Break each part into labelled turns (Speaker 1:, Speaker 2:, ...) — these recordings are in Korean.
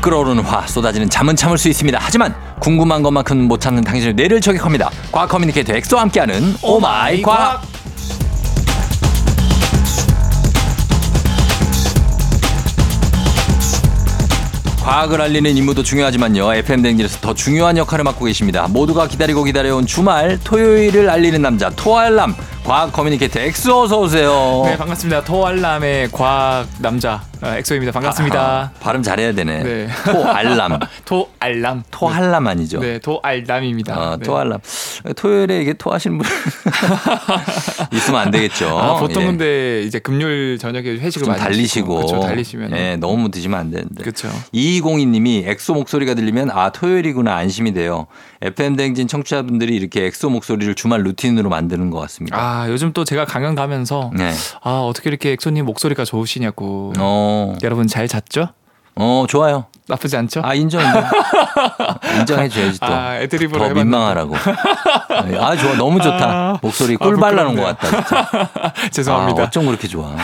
Speaker 1: 끓어오르는 화 쏟아지는 잠은 참을 수 있습니다. 하지만 궁금한 것만큼 못 참는 당신을 뇌를 저격합니다. 과학 커뮤니케이터 엑소와 함께하는 오마이 과학. 과학을 알리는 임무도 중요하지만요. FM 댕진에서 더 중요한 역할을 맡고 계십니다. 모두가 기다리고 기다려온 주말 토요일을 알리는 남자 토알람 과학 커뮤니케이터 엑소 어서 오세요.
Speaker 2: 네 반갑습니다. 토알람의 과학 남자 아, 엑소입니다. 반갑습니다.
Speaker 1: 아, 발음 잘해야 되네.
Speaker 2: 네.
Speaker 1: 토알람.
Speaker 2: 토알람
Speaker 1: 토알람 아니죠?
Speaker 2: 네 토알람입니다.
Speaker 1: 아,
Speaker 2: 네.
Speaker 1: 토알람. 토요일에 이게 토하시는 분 있으면 안 되겠죠.
Speaker 2: 아, 보통
Speaker 1: 예.
Speaker 2: 근데 이제 금요일 저녁에 회식을
Speaker 1: 좀
Speaker 2: 많이
Speaker 1: 달리시고.
Speaker 2: 그렇죠 달리시면
Speaker 1: 예, 너무 드시면 안 되는데.
Speaker 2: 그렇죠.
Speaker 1: 2202님이 엑소 목소리가 들리면 아, 토요일이구나 안심이 돼요. FM 댕진 청취자분들이 이렇게 엑소 목소리를 주말 루틴으로 만드는 것 같습니다.
Speaker 2: 아 요즘 또 제가 강연 가면서
Speaker 1: 네.
Speaker 2: 아 어떻게 이렇게 엑소님 목소리가 좋으시냐고
Speaker 1: 어,
Speaker 2: 여러분 잘 잤죠?
Speaker 1: 어, 좋아요.
Speaker 2: 나쁘지 않죠?
Speaker 1: 아, 인정, 인정. 인정해줘야지 또.
Speaker 2: 아, 애드립으로
Speaker 1: 더
Speaker 2: 해봤는데.
Speaker 1: 민망하라고. 아, 좋아. 너무 좋다.
Speaker 2: 아.
Speaker 1: 목소리
Speaker 2: 아,
Speaker 1: 꿀 발라놓은 것
Speaker 2: 부끄럽네요.
Speaker 1: 같다. 진짜.
Speaker 2: 죄송합니다.
Speaker 1: 아, 어쩜 그렇게 좋아.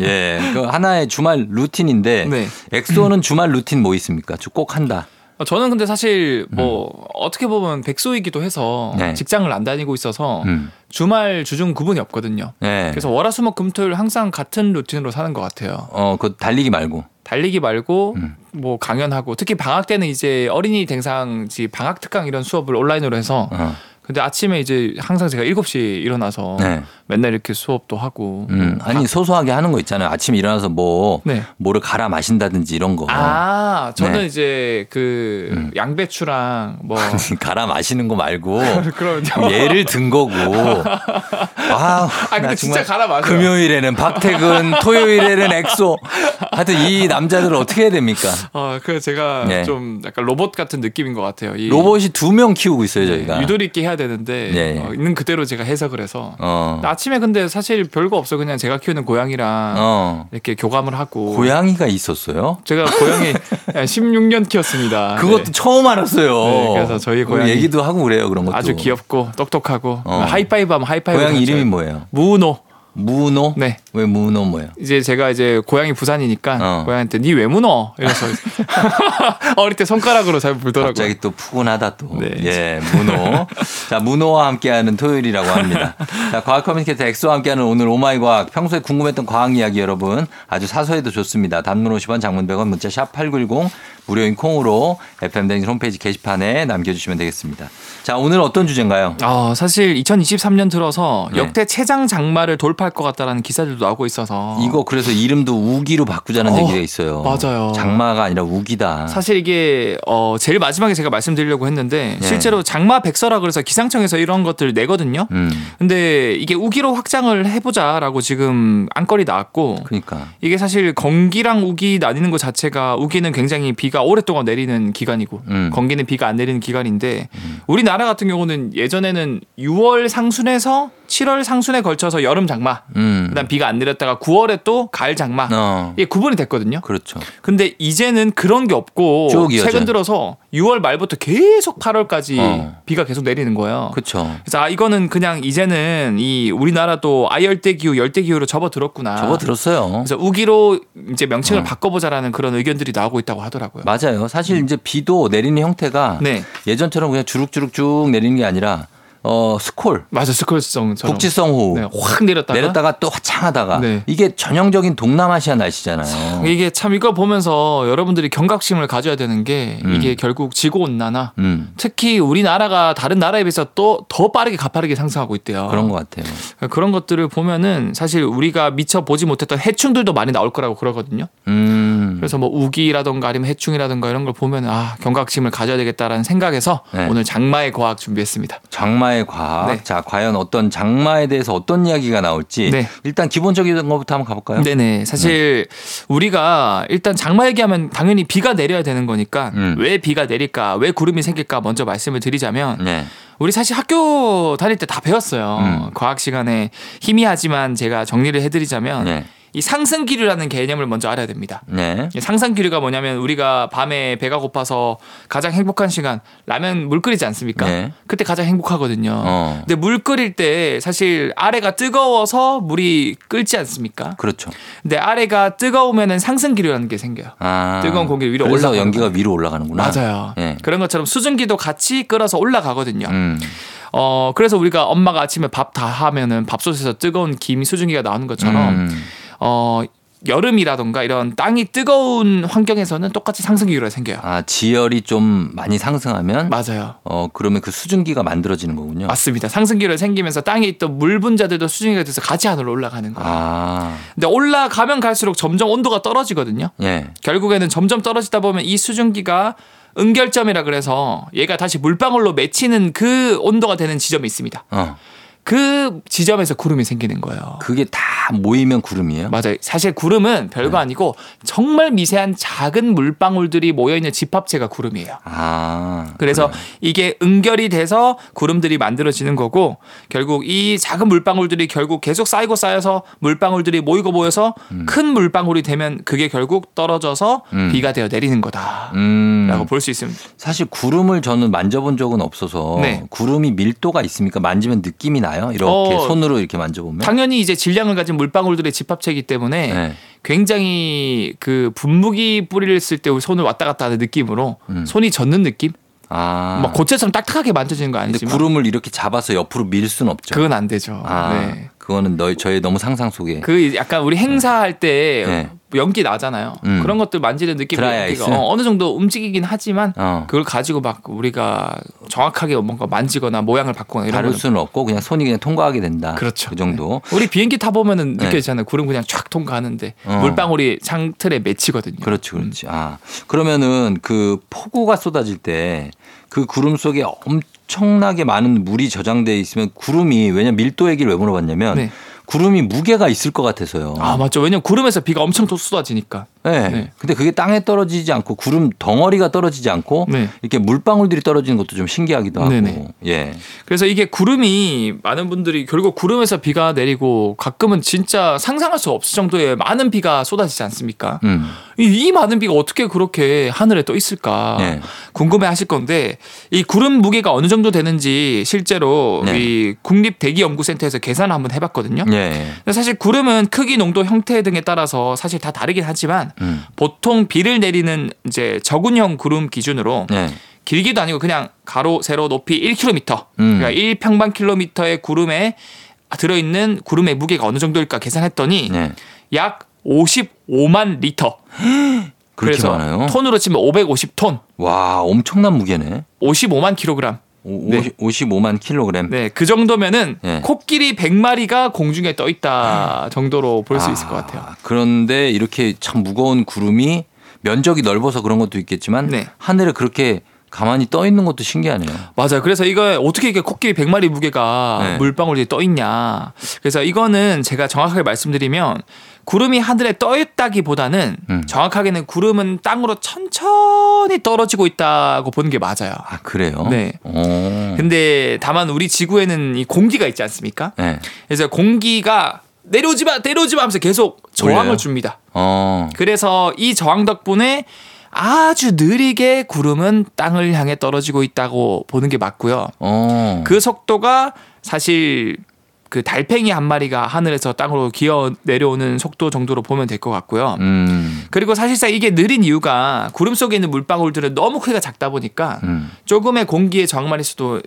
Speaker 1: 예. 그 하나의 주말 루틴인데
Speaker 2: 네.
Speaker 1: 엑소는 주말 루틴 뭐 있습니까? 저꼭 한다.
Speaker 2: 아, 저는 근데 사실 뭐 어떻게 보면 백수이기도 해서
Speaker 1: 음. 네.
Speaker 2: 직장을 안 다니고 있어서
Speaker 1: 음.
Speaker 2: 주말 주중 구분이 없거든요.
Speaker 1: 예.
Speaker 2: 그래서 월화수목금토일 항상 같은 루틴으로 사는 것 같아요.
Speaker 1: 어, 그 달리기 말고.
Speaker 2: 달리기 말고
Speaker 1: 음.
Speaker 2: 뭐 강연하고 특히 방학 때는 이제 어린이 댕상지 방학 특강 이런 수업을 온라인으로 해서
Speaker 1: 어.
Speaker 2: 근데 아침에 이제 항상 제가 7시에 일어나서
Speaker 1: 네.
Speaker 2: 맨날 이렇게 수업도 하고 뭐
Speaker 1: 음. 아니 소소하게 하는 거 있잖아요. 아침에 일어나서 뭐
Speaker 2: 네.
Speaker 1: 뭐를 갈아 마신다든지 이런 거.
Speaker 2: 아, 저는
Speaker 1: 네.
Speaker 2: 이제 그
Speaker 1: 음.
Speaker 2: 양배추랑 뭐
Speaker 1: 갈아 마시는 거 말고
Speaker 2: 그럼요.
Speaker 1: 예를 든 거고. 아,
Speaker 2: 아,
Speaker 1: 나
Speaker 2: 근데 진짜 갈아 마셔요.
Speaker 1: 금요일에는 박태근, 토요일에는 엑소. 하여튼 이 남자들을 어떻게 해야 됩니까?
Speaker 2: 어, 그래서 제가
Speaker 1: 네.
Speaker 2: 좀 약간 로봇 같은 느낌인 것 같아요. 이
Speaker 1: 로봇이 두 명 키우고 있어요, 저희가.
Speaker 2: 유도리 있게 해야 되는데
Speaker 1: 네.
Speaker 2: 어, 있는 그대로 제가 해석을 해서
Speaker 1: 어.
Speaker 2: 아침에 근데 사실 별거 없어 그냥 제가 키우는 고양이랑
Speaker 1: 어.
Speaker 2: 이렇게 교감을 하고
Speaker 1: 고양이가 있었어요?
Speaker 2: 제가 고양이 예, 16년 키웠습니다.
Speaker 1: 그것도
Speaker 2: 네.
Speaker 1: 처음 알았어요.
Speaker 2: 네, 그래서 저희
Speaker 1: 그거
Speaker 2: 고양이
Speaker 1: 얘기도 하고 그래요, 그런 것도.
Speaker 2: 아주 귀엽고 똑똑하고
Speaker 1: 어.
Speaker 2: 하이파이브 하면 하이파이브
Speaker 1: 고양이
Speaker 2: 하죠.
Speaker 1: 이름이 뭐예요?
Speaker 2: 무노.
Speaker 1: 무노?
Speaker 2: 네.
Speaker 1: 왜 무노 뭐예요?
Speaker 2: 이제 제가 이제 고양이 부산이니까
Speaker 1: 어.
Speaker 2: 고양이한테 니 왜 무노? 이래서 어릴 때 손가락으로 잘 불더라고요.
Speaker 1: 갑자기 또 푸근하다 또.
Speaker 2: 네.
Speaker 1: 예, 무노. 자, 무노와 함께하는 토요일이라고 합니다. 자, 과학 커뮤니케이터 엑소와 함께하는 오늘 오마이 과학. 평소에 궁금했던 과학 이야기 여러분 아주 사소해도 좋습니다. 단문 50원, 장문 100원, 문자 샵 #8910 무료인 콩으로 FM 댕진 홈페이지 게시판에 남겨주시면 되겠습니다. 자, 오늘 어떤 주제인가요?
Speaker 2: 아, 사실 2023년 들어서
Speaker 1: 네.
Speaker 2: 역대 최장 장마를 돌파할 것 같다라는 기사들도 나오고 있어서
Speaker 1: 이거 그래서 이름도 우기로 바꾸자는
Speaker 2: 어,
Speaker 1: 얘기가 있어요.
Speaker 2: 맞아요.
Speaker 1: 장마가 아니라 우기다.
Speaker 2: 사실 이게 어 제일 마지막에 제가 말씀드리려고 했는데
Speaker 1: 네.
Speaker 2: 실제로 장마 백서라 그래서 기상청에서 이런 것들 내거든요.
Speaker 1: 음,
Speaker 2: 근데 이게 우기로 확장을 해보자라고 지금 안건이 나왔고
Speaker 1: 그러니까.
Speaker 2: 이게 사실 건기랑 우기 나뉘는 것 자체가 우기는 굉장히 비가 오랫동안 내리는 기간이고
Speaker 1: 음.
Speaker 2: 건기는 비가 안 내리는 기간인데 우리나라 같은 경우는 예전에는 6월 상순에서 7월 상순에 걸쳐서 여름 장마
Speaker 1: 음.
Speaker 2: 그다음 비가 안 내렸다가 9월에 또 가을 장마
Speaker 1: 어.
Speaker 2: 이게 구분이 됐거든요.
Speaker 1: 그렇죠.
Speaker 2: 근데 이제는 그런 게 없고
Speaker 1: 쭉 이어져요.
Speaker 2: 최근 들어서 6월 말부터 계속 8월까지
Speaker 1: 어.
Speaker 2: 비가 계속 내리는 거예요.
Speaker 1: 그렇죠.
Speaker 2: 그래서 아 이거는 그냥 이제는 이 우리나라도 아열대 기후, 열대 기후로 접어들었구나.
Speaker 1: 저거 들었어요.
Speaker 2: 그래서 우기로 이제 명칭을
Speaker 1: 어.
Speaker 2: 바꿔보자라는 그런 의견들이 나오고 있다고 하더라고요.
Speaker 1: 맞아요. 사실 이제 비도 내리는 형태가
Speaker 2: 네,
Speaker 1: 예전처럼 그냥 주룩주룩 쭉 내리는 게 아니라 어 스콜
Speaker 2: 맞아 스콜성처럼
Speaker 1: 국지성 호우
Speaker 2: 네, 확 내렸다가
Speaker 1: 내렸다가 또 화창하다가
Speaker 2: 네.
Speaker 1: 이게 전형적인 동남아시아 날씨잖아요.
Speaker 2: 이게 참 이걸 보면서 여러분들이 경각심을 가져야 되는 게
Speaker 1: 음.
Speaker 2: 이게 결국 지구 온난화.
Speaker 1: 음
Speaker 2: 특히 우리나라가 다른 나라에 비해서 또 더 빠르게 가파르게 상승하고 있대요.
Speaker 1: 그런 것 같아요.
Speaker 2: 그런 것들을 보면은 사실 우리가 미처 보지 못했던 해충들도 많이 나올 거라고 그러거든요.
Speaker 1: 음
Speaker 2: 그래서 뭐 우기라던가 아니면 해충이라던가 이런 걸 보면 아 경각심을 가져야 되겠다라는 생각에서
Speaker 1: 네.
Speaker 2: 오늘 장마의 과학 준비했습니다.
Speaker 1: 장마의 과학.
Speaker 2: 네.
Speaker 1: 자, 과연 어떤 장마에 대해서 어떤 이야기가 나올지
Speaker 2: 네.
Speaker 1: 일단 기본적인 것부터 한번 가볼까요?
Speaker 2: 네네. 사실 우리가 일단 장마 얘기하면 당연히 비가 내려야 되는 거니까
Speaker 1: 음.
Speaker 2: 왜 비가 내릴까, 왜 구름이 생길까 먼저 말씀을 드리자면
Speaker 1: 네.
Speaker 2: 우리 사실 학교 다닐 때 다 배웠어요.
Speaker 1: 음.
Speaker 2: 과학 시간에 희미하지만 제가 정리를 해드리자면
Speaker 1: 네.
Speaker 2: 이 상승 기류라는 개념을 먼저 알아야 됩니다.
Speaker 1: 네.
Speaker 2: 이 예, 상상 기류가 뭐냐면 우리가 밤에 배가 고파서 가장 행복한 시간 라면 물 끓이지 않습니까?
Speaker 1: 네.
Speaker 2: 그때 가장 행복하거든요.
Speaker 1: 어.
Speaker 2: 근데 물 끓일 때 사실 아래가 뜨거워서 물이 끓지 않습니까?
Speaker 1: 그렇죠.
Speaker 2: 근데 아래가 뜨거우면은 상승 기류라는 게 생겨요.
Speaker 1: 아.
Speaker 2: 뜨거운 공기 위로
Speaker 1: 그래서
Speaker 2: 올라가는
Speaker 1: 연기가 위로 올라가는구나.
Speaker 2: 맞아요.
Speaker 1: 예.
Speaker 2: 그런 것처럼 수증기도 같이 끓어서 올라가거든요.
Speaker 1: 음.
Speaker 2: 어 그래서 우리가 엄마가 아침에 밥 다 하면은 밥솥에서 뜨거운 김 수증기가 나오는 것처럼
Speaker 1: 음.
Speaker 2: 어 여름이라던가 이런 땅이 뜨거운 환경에서는 똑같이 상승 기류가 생겨요.
Speaker 1: 아, 지열이 좀 많이 상승하면
Speaker 2: 맞아요.
Speaker 1: 어, 그러면 그 수증기가 만들어지는 거군요.
Speaker 2: 맞습니다. 상승기를 생기면서 땅에 있던 물 분자들도 수증기가 돼서 같이 하늘로 올라가는 거예요.
Speaker 1: 아.
Speaker 2: 근데 올라가면 갈수록 점점 온도가 떨어지거든요.
Speaker 1: 예.
Speaker 2: 결국에는 점점 떨어지다 보면 이 수증기가 응결점이라 그래서 얘가 다시 물방울로 맺히는 그 온도가 되는 지점이 있습니다.
Speaker 1: 어.
Speaker 2: 그 지점에서 구름이 생기는 거예요.
Speaker 1: 그게 다 모이면 구름이에요?
Speaker 2: 맞아요. 사실 구름은
Speaker 1: 네.
Speaker 2: 별거 아니고 정말 미세한 작은 물방울들이 모여있는 집합체가 구름이에요.
Speaker 1: 아.
Speaker 2: 그래서
Speaker 1: 그래요.
Speaker 2: 이게 응결이 돼서 구름들이 만들어지는 거고 결국 이 작은 물방울들이 결국 계속 쌓이고 쌓여서 물방울들이 모이고 모여서 큰 물방울이 되면 그게 결국 떨어져서
Speaker 1: 음.
Speaker 2: 비가 되어 내리는 거다라고
Speaker 1: 음.
Speaker 2: 볼 수 있습니다.
Speaker 1: 사실 구름을 저는 만져본 적은 없어서
Speaker 2: 네.
Speaker 1: 구름이 밀도가 있습니까? 만지면 느낌이 나요? 이렇게
Speaker 2: 어,
Speaker 1: 손으로 이렇게 만져보면?
Speaker 2: 당연히 이제 질량을 가진 물방울들의 집합체이기 때문에
Speaker 1: 네.
Speaker 2: 굉장히 그 분무기 뿌리를 쓸 때 손을 왔다 갔다 하는 느낌으로
Speaker 1: 음.
Speaker 2: 손이 젖는 느낌,
Speaker 1: 아.
Speaker 2: 막 고체처럼 딱딱하게 만져지는 거
Speaker 1: 근데
Speaker 2: 아니지만
Speaker 1: 구름을 이렇게 잡아서 옆으로 밀 순 없죠.
Speaker 2: 그건 안 되죠.
Speaker 1: 아,
Speaker 2: 네.
Speaker 1: 그거는 너, 저의 너무 상상 속에.
Speaker 2: 그 이제 약간 우리 행사할 때
Speaker 1: 네.
Speaker 2: 연기 나잖아요.
Speaker 1: 음.
Speaker 2: 그런 것들 만지는 느낌
Speaker 1: 드라이
Speaker 2: 연기가
Speaker 1: 아이스?
Speaker 2: 어, 어느 정도 움직이긴 하지만
Speaker 1: 어.
Speaker 2: 그걸 가지고 막 우리가 정확하게 뭔가 만지거나 모양을 바꾸거나 그- 이런
Speaker 1: 다룰
Speaker 2: 거는
Speaker 1: 수는 없고 그냥 손이 그냥 통과하게 된다.
Speaker 2: 그렇죠.
Speaker 1: 그 정도.
Speaker 2: 우리 비행기 타 보면은
Speaker 1: 네.
Speaker 2: 느껴지잖아요. 구름 그냥 촥 통과하는데
Speaker 1: 어.
Speaker 2: 물방울이 창틀에 맺히거든요.
Speaker 1: 그렇지, 그렇지. 아 그러면은 그 폭우가 쏟아질 때 그 구름 속에 엄청나게 많은 물이 저장돼 있으면 구름이 왜냐 밀도 얘기를 왜 물어봤냐면
Speaker 2: 네.
Speaker 1: 구름이 무게가 있을 것 같아서요.
Speaker 2: 아 맞죠. 왜냐면 구름에서 비가 엄청 또 쏟아지니까.
Speaker 1: 네.
Speaker 2: 네.
Speaker 1: 근데 그게 땅에 떨어지지 않고 구름 덩어리가 떨어지지 않고
Speaker 2: 네.
Speaker 1: 이렇게 물방울들이 떨어지는 것도 좀 신기하기도 하고.
Speaker 2: 네네.
Speaker 1: 예.
Speaker 2: 그래서 이게 구름이 많은 분들이 결국 구름에서 비가 내리고 가끔은 진짜 상상할 수 없을 정도의 많은 비가 쏟아지지 않습니까?
Speaker 1: 음.
Speaker 2: 이, 이 많은 비가 어떻게 그렇게 하늘에 떠 있을까
Speaker 1: 네.
Speaker 2: 궁금해 하실 건데 이 구름 무게가 어느 정도 되는지 실제로
Speaker 1: 네.
Speaker 2: 이 국립대기연구센터에서 계산을 한번 해봤거든요.
Speaker 1: 예.
Speaker 2: 근데 사실 구름은 크기, 농도, 형태 등에 따라서 사실 다 다르긴 하지만
Speaker 1: 음.
Speaker 2: 보통 비를 내리는 이제 저군형 구름 기준으로
Speaker 1: 예.
Speaker 2: 길기도 아니고 그냥 가로, 세로, 높이 1km
Speaker 1: 음.
Speaker 2: 그러니까 1평방 킬로미터의 구름에 들어있는 구름의 무게가 어느 정도일까 계산했더니
Speaker 1: 예.
Speaker 2: 약 55만 리터
Speaker 1: 그렇게
Speaker 2: 그래서
Speaker 1: 많아요.
Speaker 2: 톤으로 치면 550톤,
Speaker 1: 와 엄청난 무게네.
Speaker 2: 55만 킬로그램.
Speaker 1: 오,
Speaker 2: 네.
Speaker 1: 55만 킬로그램.
Speaker 2: 네, 그 정도면은
Speaker 1: 네.
Speaker 2: 코끼리 100마리가 공중에 떠 있다 정도로 볼 수 있을 것 같아요.
Speaker 1: 아, 그런데 이렇게 참 무거운 구름이 면적이 넓어서 그런 것도 있겠지만
Speaker 2: 네.
Speaker 1: 하늘에 그렇게 가만히 떠 있는 것도 신기하네요.
Speaker 2: 맞아요. 그래서 이거 어떻게 이게 코끼리 100마리 무게가
Speaker 1: 네.
Speaker 2: 물방울이 떠 있냐. 그래서 이거는 제가 정확하게 말씀드리면 구름이 하늘에 떠 있다기보다는
Speaker 1: 음.
Speaker 2: 정확하게는 구름은 땅으로 천천히 떨어지고 있다고 보는 게 맞아요.
Speaker 1: 아 그래요?
Speaker 2: 네.
Speaker 1: 오.
Speaker 2: 근데 다만 우리 지구에는 이 공기가 있지 않습니까?
Speaker 1: 네.
Speaker 2: 그래서 공기가 내려오지 마, 내려오지 마 하면서 계속 저항을
Speaker 1: 몰려요?
Speaker 2: 줍니다.
Speaker 1: 어.
Speaker 2: 그래서 이 저항 덕분에 아주 느리게 구름은 땅을 향해 떨어지고 있다고 보는 게 맞고요.
Speaker 1: 어.
Speaker 2: 그 속도가 사실 그 달팽이 한 마리가 하늘에서 땅으로 기어 내려오는 속도 정도로 보면 될 것 같고요.
Speaker 1: 음.
Speaker 2: 그리고 사실상 이게 느린 이유가 구름 속에 있는 물방울들은 너무 크기가 작다 보니까
Speaker 1: 음.
Speaker 2: 조금의 공기의 저항만 있어도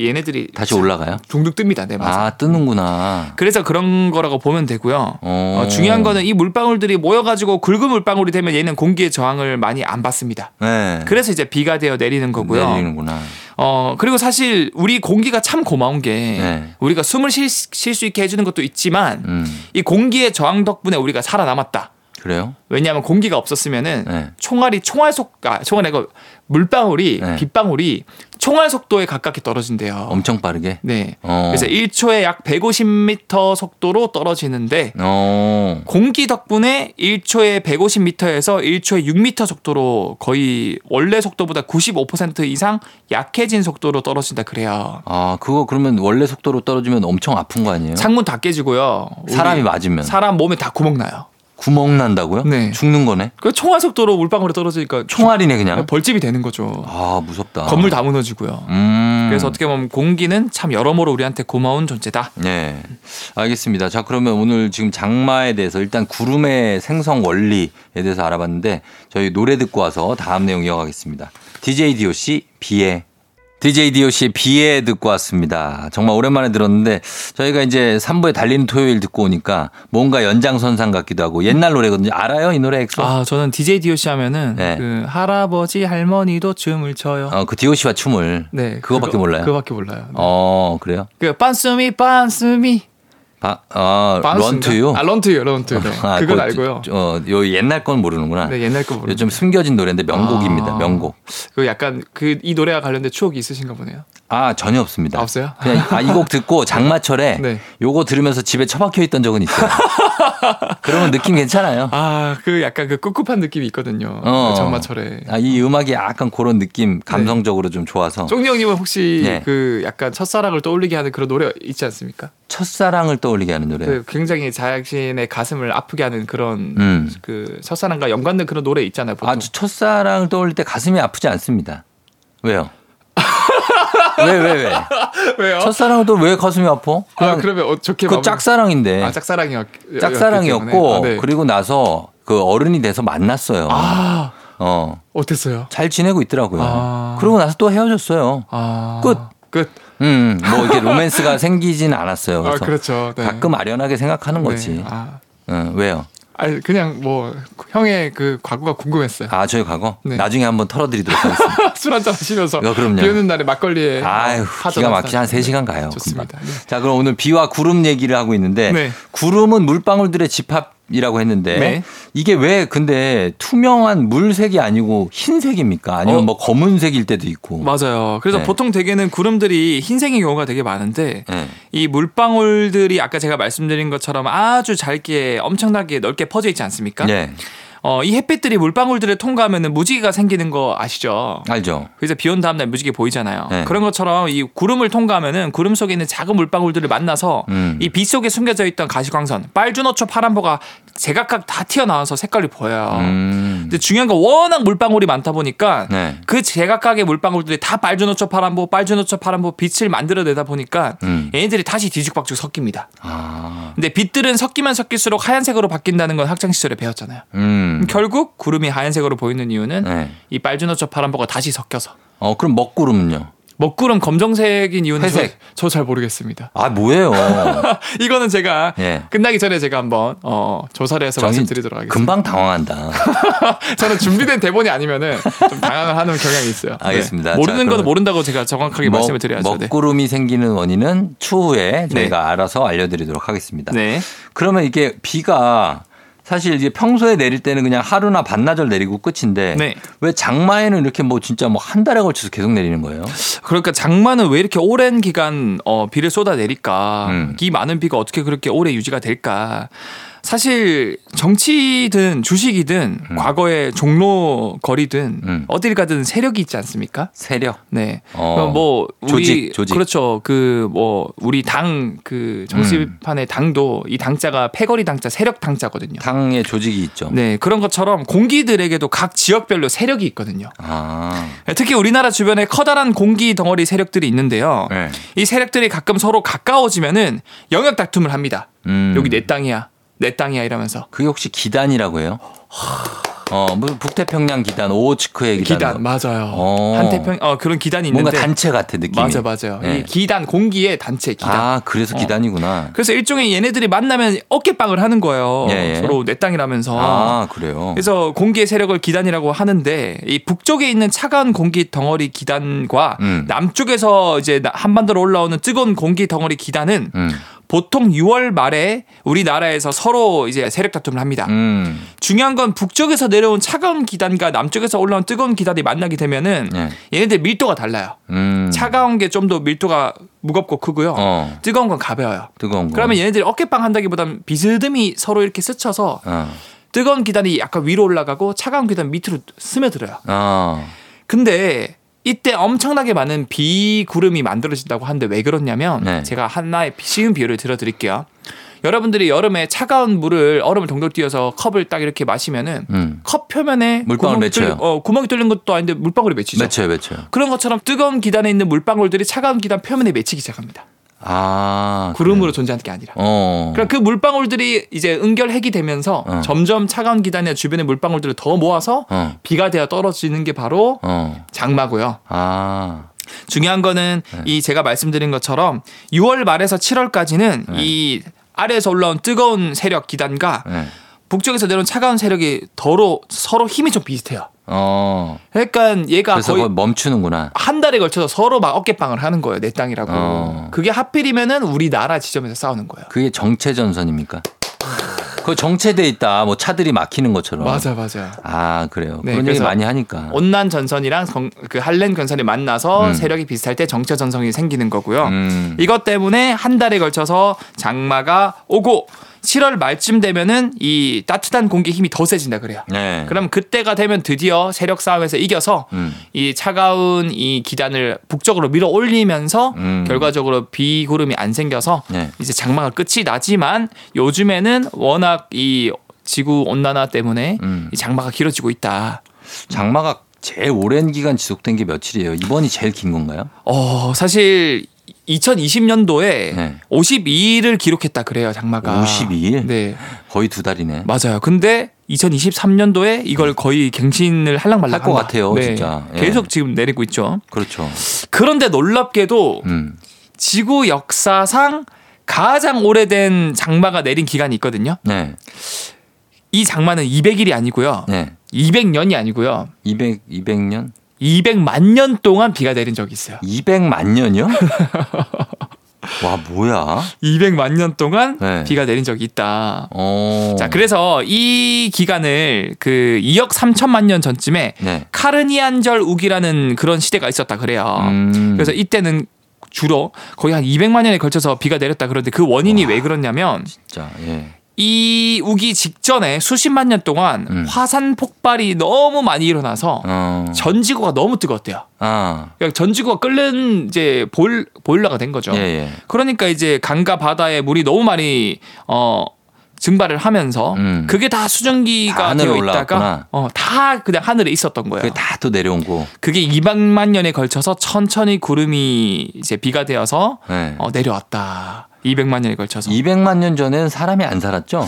Speaker 2: 얘네들이
Speaker 1: 다시 올라가요?
Speaker 2: 둥둥 뜹니다. 네, 맞아요.
Speaker 1: 아 뜨는구나.
Speaker 2: 그래서 그런 거라고 보면 되고요.
Speaker 1: 어.
Speaker 2: 어, 중요한 거는 이 물방울들이 모여가지고 굵은 물방울이 되면 얘는 공기의 저항을 많이 안 받습니다.
Speaker 1: 네.
Speaker 2: 그래서 이제 비가 되어 내리는 거고요.
Speaker 1: 내리는구나.
Speaker 2: 어 그리고 사실 우리 공기가 참 고마운 게
Speaker 1: 네.
Speaker 2: 우리가 숨을 쉴 수 있게 해주는 것도 있지만
Speaker 1: 음.
Speaker 2: 이 공기의 저항 덕분에 우리가 살아남았다.
Speaker 1: 그래요?
Speaker 2: 왜냐하면 공기가 없었으면은
Speaker 1: 네.
Speaker 2: 총알이 총알 속, 아, 총알이고 물방울이,
Speaker 1: 네.
Speaker 2: 빗방울이 총알 속도에 가깝게 떨어진대요.
Speaker 1: 엄청 빠르게.
Speaker 2: 네.
Speaker 1: 어.
Speaker 2: 그래서 1초에 약 150m 속도로 떨어지는데
Speaker 1: 어.
Speaker 2: 공기 덕분에 1초에 150m에서 1초에 6m 속도로 거의 원래 속도보다 95% 이상 약해진 속도로 떨어진다 그래요.
Speaker 1: 아, 그거 그러면 원래 속도로 떨어지면 엄청 아픈 거 아니에요?
Speaker 2: 창문 다 깨지고요. 우리
Speaker 1: 사람이 맞으면
Speaker 2: 사람 몸에 다 구멍 나요.
Speaker 1: 구멍 난다고요?
Speaker 2: 네.
Speaker 1: 죽는 거네.
Speaker 2: 그 총알 속도로 물방울이 떨어지니까
Speaker 1: 총알이네 그냥.
Speaker 2: 벌집이 되는 거죠.
Speaker 1: 아, 무섭다.
Speaker 2: 건물 다 무너지고요.
Speaker 1: 음.
Speaker 2: 그래서 어떻게 보면 공기는 참 여러모로 우리한테 고마운 존재다.
Speaker 1: 네. 알겠습니다. 자, 그러면 오늘 지금 장마에 대해서 일단 구름의 생성 원리에 대해서 알아봤는데 저희 노래 듣고 와서 다음 내용 이어가겠습니다. DJ DOC 비에 DJ DOC의 비에 듣고 왔습니다. 정말 오랜만에 들었는데 저희가 이제 3부에 달리는 토요일 듣고 오니까 뭔가 연장선상 같기도 하고 옛날 노래거든요. 알아요? 이 노래 엑소?
Speaker 2: 아, 저는 DJ DOC 하면은
Speaker 1: 그렇죠. 네.
Speaker 2: 그 할아버지 할머니도 춤을 춰요.
Speaker 1: 어, 그 DOC와 춤을
Speaker 2: 네.
Speaker 1: 그거밖에
Speaker 2: 그거-
Speaker 1: 몰라요.
Speaker 2: 그거밖에 몰라요.
Speaker 1: 어, 그래요?
Speaker 2: 그 빤스미 빤스미
Speaker 1: 바, 아,
Speaker 2: 빤스인가?
Speaker 1: 런투유?
Speaker 2: 아, 런투유, 런투유. 네. 그건 알고요.
Speaker 1: 어, 요 옛날 건 모르는구나.
Speaker 2: 네, 옛날 거 모르.
Speaker 1: 요즘 숨겨진 노래인데 명곡입니다.
Speaker 2: 아.
Speaker 1: 명곡.
Speaker 2: 그 약간 그 이 노래와 관련된 추억이 있으신가 보네요.
Speaker 1: 아 전혀 없습니다.
Speaker 2: 아, 없어요?
Speaker 1: 그냥 아, 이 곡 듣고 장마철에
Speaker 2: 네.
Speaker 1: 요거 들으면서 집에 처박혀 있던 적은 있어요. 그러면 느낌 괜찮아요.
Speaker 2: 아, 그 약간 그 꿉꿉한 느낌이 있거든요.
Speaker 1: 어.
Speaker 2: 그 장마철에.
Speaker 1: 아, 이 음악이 약간 그런
Speaker 2: 네.
Speaker 1: 느낌 감성적으로 좀 좋아서
Speaker 2: 쫑디 형님은 혹시
Speaker 1: 네.
Speaker 2: 그 약간 첫사랑을 떠올리게 하는 그런 노래 있지 않습니까?
Speaker 1: 첫사랑을 떠올리게 하는 노래.
Speaker 2: 그 굉장히 자신의 가슴을 아프게 하는 그런
Speaker 1: 음.
Speaker 2: 그 첫사랑과 연관된 그런 노래 있잖아요. 보통.
Speaker 1: 아주 첫사랑을 떠올릴 때 가슴이 아프지 않습니다. 왜요? 왜 왜 왜?
Speaker 2: 왜요?
Speaker 1: 첫사랑을 또 왜 가슴이 아파?
Speaker 2: 어? 아, 그러면 어, 좋게
Speaker 1: 그
Speaker 2: 마무리-
Speaker 1: 짝사랑인데. 네.
Speaker 2: 아, 짝사랑이었
Speaker 1: 짝사랑이었고
Speaker 2: 아, 네.
Speaker 1: 그리고 나서 그 어른이 돼서 만났어요.
Speaker 2: 아,
Speaker 1: 어.
Speaker 2: 어땠어요?
Speaker 1: 잘 지내고 있더라고요.
Speaker 2: 아.
Speaker 1: 그러고 나서 또 헤어졌어요.
Speaker 2: 아.
Speaker 1: 끝.
Speaker 2: 끝.
Speaker 1: 음, 뭐 이렇게 로맨스가 생기진 않았어요.
Speaker 2: 아,
Speaker 1: 그래서
Speaker 2: 그렇죠. 네.
Speaker 1: 가끔 아련하게 생각하는
Speaker 2: 네.
Speaker 1: 거지.
Speaker 2: 아.
Speaker 1: 응, 왜요?
Speaker 2: 아니 그냥 뭐 형의 그 과거가 궁금했어요.
Speaker 1: 아, 저희 과거?
Speaker 2: 네.
Speaker 1: 나중에 한번 털어드리도록 하겠습니다.
Speaker 2: 술 한잔 마시면서
Speaker 1: 어, 그럼요.
Speaker 2: 비 오는 날에 막걸리에
Speaker 1: 아유,
Speaker 2: 네. 어, 하전
Speaker 1: 기가
Speaker 2: 한
Speaker 1: 막히지 한
Speaker 2: 잔.
Speaker 1: 3시간 가요.
Speaker 2: 네. 좋습니다.
Speaker 1: 금방.
Speaker 2: 네.
Speaker 1: 자, 그럼 오늘 비와 구름 얘기를 하고 있는데
Speaker 2: 네.
Speaker 1: 구름은 물방울들의 집합이라고 했는데
Speaker 2: 네.
Speaker 1: 이게 왜 근데 투명한 물색이 아니고 흰색입니까? 아니면
Speaker 2: 어?
Speaker 1: 뭐 검은색일 때도 있고.
Speaker 2: 맞아요. 그래서
Speaker 1: 네.
Speaker 2: 보통 대개는 구름들이 흰색인 경우가 되게 많은데
Speaker 1: 네.
Speaker 2: 이 물방울들이 아까 제가 말씀드린 것처럼 아주 짧게 엄청나게 넓게 퍼져 있지 않습니까?
Speaker 1: 네.
Speaker 2: 어, 이 햇빛들이 물방울들을 통과하면 무지개가 생기는 거 아시죠?
Speaker 1: 알죠.
Speaker 2: 그래서 비 온 다음날 무지개 보이잖아요.
Speaker 1: 네.
Speaker 2: 그런 것처럼 이 구름을 통과하면은 구름 속에 있는 작은 물방울들을 만나서
Speaker 1: 음.
Speaker 2: 이 빛 속에 숨겨져 있던 가시광선, 빨주노초 파란보가 제각각 다 튀어나와서 색깔이 보여요.
Speaker 1: 음.
Speaker 2: 근데 중요한 건 워낙 물방울이 많다 보니까
Speaker 1: 네.
Speaker 2: 그 제각각의 물방울들이 다 빨주노초 파란보, 빨주노초 파란보 빛을 만들어내다 보니까
Speaker 1: 음.
Speaker 2: 얘네들이 다시 뒤죽박죽 섞입니다.
Speaker 1: 아.
Speaker 2: 근데 빛들은 섞이면 섞일수록 하얀색으로 바뀐다는 건 학창 시절에 배웠잖아요.
Speaker 1: 음.
Speaker 2: 그럼 결국 구름이 하얀색으로 보이는 이유는
Speaker 1: 네.
Speaker 2: 이 빨주노초 파란보가 다시 섞여서
Speaker 1: 어, 그럼 먹구름은요?
Speaker 2: 먹구름 검정색인 이유는
Speaker 1: 회색.
Speaker 2: 저 잘 모르겠습니다.
Speaker 1: 아, 뭐예요?
Speaker 2: 이거는 제가
Speaker 1: 예.
Speaker 2: 끝나기 전에 제가 한번 어, 조사를 해서
Speaker 1: 정신
Speaker 2: 말씀드리도록 하겠습니다.
Speaker 1: 금방 당황한다.
Speaker 2: 저는 준비된 대본이 아니면은 좀 당황을 하는 경향이 있어요. 네.
Speaker 1: 알겠습니다. 자,
Speaker 2: 모르는
Speaker 1: 그러면
Speaker 2: 건 모른다고 제가 정확하게 말씀을 드려야죠. 네.
Speaker 1: 먹구름이 생기는 원인은 추후에 저희가 알아서 알려드리도록 하겠습니다.
Speaker 2: 네.
Speaker 1: 그러면 이게 비가 사실 이제 평소에 내릴 때는 그냥 하루나 반나절 내리고 끝인데
Speaker 2: 네.
Speaker 1: 왜 장마에는 이렇게 뭐 진짜 뭐 한 달에 걸쳐서 계속 내리는 거예요?
Speaker 2: 그러니까 장마는 왜 이렇게 오랜 기간 어, 비를 쏟아내릴까?
Speaker 1: 음.
Speaker 2: 이 많은 비가 어떻게 그렇게 오래 유지가 될까? 사실 정치든 주식이든 과거에 종로 거리든
Speaker 1: 음.
Speaker 2: 어딜 가든 세력이 있지 않습니까?
Speaker 1: 세력.
Speaker 2: 네.
Speaker 1: 어,
Speaker 2: 그럼 뭐 우리
Speaker 1: 조직, 조직.
Speaker 2: 그렇죠. 그 뭐 우리 당 그 정치판의
Speaker 1: 음.
Speaker 2: 당도 이 당자가 패거리 당자, 세력 당자거든요.
Speaker 1: 당의 조직이 있죠.
Speaker 2: 네. 그런 것처럼 공기들에게도 각 지역별로 세력이 있거든요. 네,
Speaker 1: 아.
Speaker 2: 특히 우리나라 주변에 커다란 공기 덩어리 세력들이 있는데요.
Speaker 1: 네.
Speaker 2: 이 세력들이 가끔 서로 가까워지면은 영역 다툼을 합니다.
Speaker 1: 음.
Speaker 2: 여기 내 땅이야. 내 땅이야 이러면서.
Speaker 1: 그게 혹시 기단이라고 해요? 어, 무슨 북태평양 기단, 오호츠크의 기단.
Speaker 2: 기단 맞아요.
Speaker 1: 어.
Speaker 2: 한태평 어 그런 기단이 있는데
Speaker 1: 뭔가 단체 같아 느낌이.
Speaker 2: 맞아 맞아요.
Speaker 1: 네.
Speaker 2: 이 기단 공기의 단체 기단.
Speaker 1: 아 그래서
Speaker 2: 어.
Speaker 1: 기단이구나.
Speaker 2: 그래서 일종의 얘네들이 만나면 어깨빵을 하는 거예요.
Speaker 1: 예, 예.
Speaker 2: 서로 내 땅이라면서.
Speaker 1: 아 그래요.
Speaker 2: 어. 그래서 공기의 세력을 기단이라고 하는데 이 북쪽에 있는 차가운 공기 덩어리 기단과
Speaker 1: 음.
Speaker 2: 남쪽에서 이제 나- 한반도로 올라오는 뜨거운 공기 덩어리 기단은
Speaker 1: 음.
Speaker 2: 보통 6월 말에 우리나라에서 서로 이제 세력 다툼을 합니다.
Speaker 1: 음.
Speaker 2: 중요한 건 북쪽에서 내려온 차가운 기단과 남쪽에서 올라온 뜨거운 기단이 만나게 되면은
Speaker 1: 예.
Speaker 2: 얘네들 밀도가 달라요.
Speaker 1: 음.
Speaker 2: 차가운 게 좀 더 밀도가 무겁고 크고요.
Speaker 1: 어.
Speaker 2: 뜨거운 건 가벼워요.
Speaker 1: 뜨거운 거.
Speaker 2: 그러면 얘네들이 어깨빵 한다기보단 비스듬히 서로 이렇게 스쳐서
Speaker 1: 어.
Speaker 2: 뜨거운 기단이 약간 위로 올라가고 차가운 기단 밑으로 스며들어요.
Speaker 1: 어.
Speaker 2: 근데 이때 엄청나게 많은 비구름이 만들어진다고 하는데 왜 그렇냐면
Speaker 1: 네.
Speaker 2: 제가 하나의 쉬운 비유를 들어드릴게요. 여러분들이 여름에 차가운 물을 얼음을 동동 띄어서 컵을 딱 이렇게 마시면은
Speaker 1: 음.
Speaker 2: 컵 표면에
Speaker 1: 물방울
Speaker 2: 구멍
Speaker 1: 맺혀요.
Speaker 2: 뚫린- 어, 구멍이 뚫린 것도 아닌데 물방울이 맺히죠.
Speaker 1: 맺혀요, 맺혀요.
Speaker 2: 그런 것처럼 뜨거운 기단에 있는 물방울들이 차가운 기단 표면에 맺히기 시작합니다.
Speaker 1: 아.
Speaker 2: 구름으로 존재하는 게 아니라.
Speaker 1: 어.
Speaker 2: 그러니까 그 물방울들이 이제 응결핵이 되면서
Speaker 1: 어.
Speaker 2: 점점 차가운 기단이나 주변의 물방울들을 더 모아서
Speaker 1: 어.
Speaker 2: 비가 되어 떨어지는 게 바로
Speaker 1: 어.
Speaker 2: 장마고요.
Speaker 1: 아.
Speaker 2: 중요한 거는
Speaker 1: 네.
Speaker 2: 이 제가 말씀드린 것처럼 6월 말에서 7월까지는
Speaker 1: 네.
Speaker 2: 이 아래에서 올라온 뜨거운 세력 기단과
Speaker 1: 예.
Speaker 2: 북쪽에서 내려온 차가운 세력이 더러 서로 힘이 좀 비슷해요.
Speaker 1: 어.
Speaker 2: 그러니까 얘가
Speaker 1: 그래서
Speaker 2: 거의
Speaker 1: 그걸 멈추는구나.
Speaker 2: 한 달에 걸쳐서 서로 막 어깨빵을 하는 거예요. 내 땅이라고.
Speaker 1: 어.
Speaker 2: 그게 하필이면은 우리나라 지점에서 싸우는 거예요.
Speaker 1: 그게 정체 전선입니까? 그거 정체돼 있다. 뭐 차들이 막히는 것처럼.
Speaker 2: 맞아 맞아.
Speaker 1: 아, 그래요.
Speaker 2: 네,
Speaker 1: 그런 얘기
Speaker 2: 그래서
Speaker 1: 많이 하니까.
Speaker 2: 온난 전선이랑 정- 그 한랭 전선이 만나서
Speaker 1: 음.
Speaker 2: 세력이 비슷할 때 정체 전선이 생기는 거고요.
Speaker 1: 음.
Speaker 2: 이것 때문에 한 달에 걸쳐서 장마가 오고 7월 말쯤 되면은 이 따뜻한 공기 힘이 더 세진다 그래요.
Speaker 1: 네.
Speaker 2: 그럼 그때가 되면 드디어 세력 싸움에서 이겨서
Speaker 1: 음.
Speaker 2: 이 차가운 이 기단을 북쪽으로 밀어 올리면서
Speaker 1: 음.
Speaker 2: 결과적으로 비구름이 안 생겨서
Speaker 1: 네.
Speaker 2: 이제 장마가 끝이 나지만 요즘에는 워낙 이 지구 온난화 때문에
Speaker 1: 음.
Speaker 2: 이 장마가 길어지고 있다.
Speaker 1: 장마가 제일 오랜 기간 지속된 게 며칠이에요? 이번이 제일 긴 건가요?
Speaker 2: 어, 사실 2020년도에
Speaker 1: 네.
Speaker 2: 52일을 기록했다 그래요, 장마가.
Speaker 1: 52일?
Speaker 2: 네.
Speaker 1: 거의 두 달이네.
Speaker 2: 맞아요. 근데 2023년도에 이걸 거의 갱신을 할랑말랑
Speaker 1: 네. 할
Speaker 2: 네,
Speaker 1: 것 같아요, 진짜. 예.
Speaker 2: 계속 지금 내리고 있죠.
Speaker 1: 그렇죠.
Speaker 2: 그런데 놀랍게도
Speaker 1: 음.
Speaker 2: 지구 역사상 가장 오래된 장마가 내린 기간이 있거든요.
Speaker 1: 네.
Speaker 2: 이 장마는 200일이 아니고요.
Speaker 1: 네.
Speaker 2: 200년이 아니고요.
Speaker 1: 200, 200년?
Speaker 2: 200만 년 동안 비가 내린 적이 있어요.
Speaker 1: 200만 년이요? 와, 뭐야?
Speaker 2: 200만 년 동안
Speaker 1: 네.
Speaker 2: 비가 내린 적이 있다.
Speaker 1: 어.
Speaker 2: 자, 그래서 이 기간을 그 2억 3천만 년 전쯤에
Speaker 1: 네.
Speaker 2: 카르니안절 우기라는 그런 시대가 있었다 그래요.
Speaker 1: 음.
Speaker 2: 아, 그래서 이때는 주로 거의 한 200만 년에 걸쳐서 비가 내렸다 그런데 그 원인이 왜 그러냐면
Speaker 1: 진짜, 예.
Speaker 2: 이 우기 직전에 수십만 년 동안
Speaker 1: 음.
Speaker 2: 화산 폭발이 너무 많이 일어나서
Speaker 1: 어.
Speaker 2: 전 지구가 너무 뜨거웠대요.
Speaker 1: 아.
Speaker 2: 그러니까 전 지구가 끓는 이제 보일, 보일러가 된 거죠.
Speaker 1: 예, 예.
Speaker 2: 그러니까 이제 강과 바다에 물이 너무 많이 어 증발을 하면서
Speaker 1: 음.
Speaker 2: 그게 다
Speaker 1: 다
Speaker 2: 수증기가
Speaker 1: 하늘에
Speaker 2: 되어
Speaker 1: 올라왔구나.
Speaker 2: 있다가 어 다 그냥 하늘에 있었던 거예요.
Speaker 1: 그게 다 또 내려온 거.
Speaker 2: 그게 200만 년에 걸쳐서 천천히 구름이 이제 비가 되어서
Speaker 1: 네.
Speaker 2: 어, 내려왔다. 200만 년에 걸쳐서.
Speaker 1: 200만 년 전에는 사람이 안 살았죠?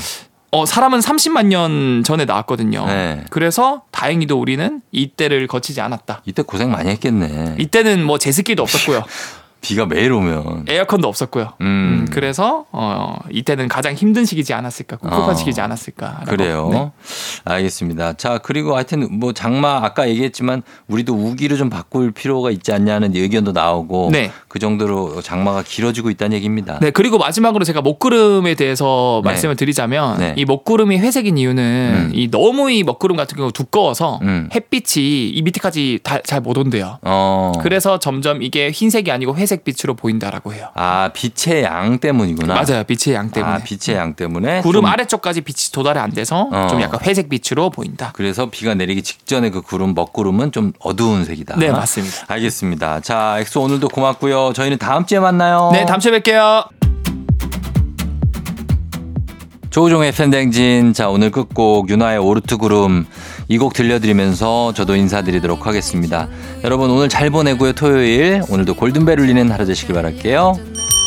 Speaker 2: 어, 사람은 30만 년 전에 나왔거든요.
Speaker 1: 네.
Speaker 2: 그래서 다행히도 우리는 이때를 거치지 않았다.
Speaker 1: 이때 고생 많이 했겠네.
Speaker 2: 이때는 뭐 제습기도 없었고요.
Speaker 1: 비가 매일 오면.
Speaker 2: 에어컨도 없었고요.
Speaker 1: 음.
Speaker 2: 음, 그래서 어, 이때는 가장 힘든 시기지 않았을까, 꿉꿉한
Speaker 1: 어.
Speaker 2: 시기지 네. 않았을까.
Speaker 1: 그래요. 알겠습니다. 자, 그리고 하여튼 뭐 장마 아까 얘기했지만 우리도 우기를 좀 바꿀 필요가 있지 않냐는 의견도 나오고
Speaker 2: 네.
Speaker 1: 그 정도로 장마가 길어지고 있다는 얘기입니다.
Speaker 2: 네 그리고 마지막으로 제가 먹구름에 대해서
Speaker 1: 네.
Speaker 2: 말씀을 드리자면
Speaker 1: 네.
Speaker 2: 이 먹구름이 회색인 이유는
Speaker 1: 음.
Speaker 2: 이 너무 이 먹구름 같은 경우 두꺼워서
Speaker 1: 음.
Speaker 2: 햇빛이 이 밑에까지 잘 못 온대요.
Speaker 1: 어.
Speaker 2: 그래서 점점 이게 흰색이 아니고 회색빛으로 보인다라고 해요.
Speaker 1: 아, 빛의 양 때문이구나.
Speaker 2: 맞아요, 빛의 양 때문에
Speaker 1: 아, 빛의 양 때문에
Speaker 2: 구름
Speaker 1: 좀
Speaker 2: 아래쪽까지 빛이 도달이 안 돼서
Speaker 1: 어.
Speaker 2: 좀 약간 회색빛으로 보인다.
Speaker 1: 그래서 비가 내리기 직전에 그 구름 먹구름은 좀 어두운 색이다.
Speaker 2: 네 맞습니다.
Speaker 1: 알겠습니다. 자, 엑소 오늘도 고맙고요. 저희는 다음 주에 만나요.
Speaker 2: 네 다음 주에 뵐게요.
Speaker 1: 조우종의 팬댕진. 자, 오늘 끝곡 윤하의 오르트 구름 이 곡 들려드리면서 저도 인사드리도록 하겠습니다. 여러분 오늘 잘 보내고요. 토요일 오늘도 골든벨 울리는 하루 되시길 바랄게요.
Speaker 3: 요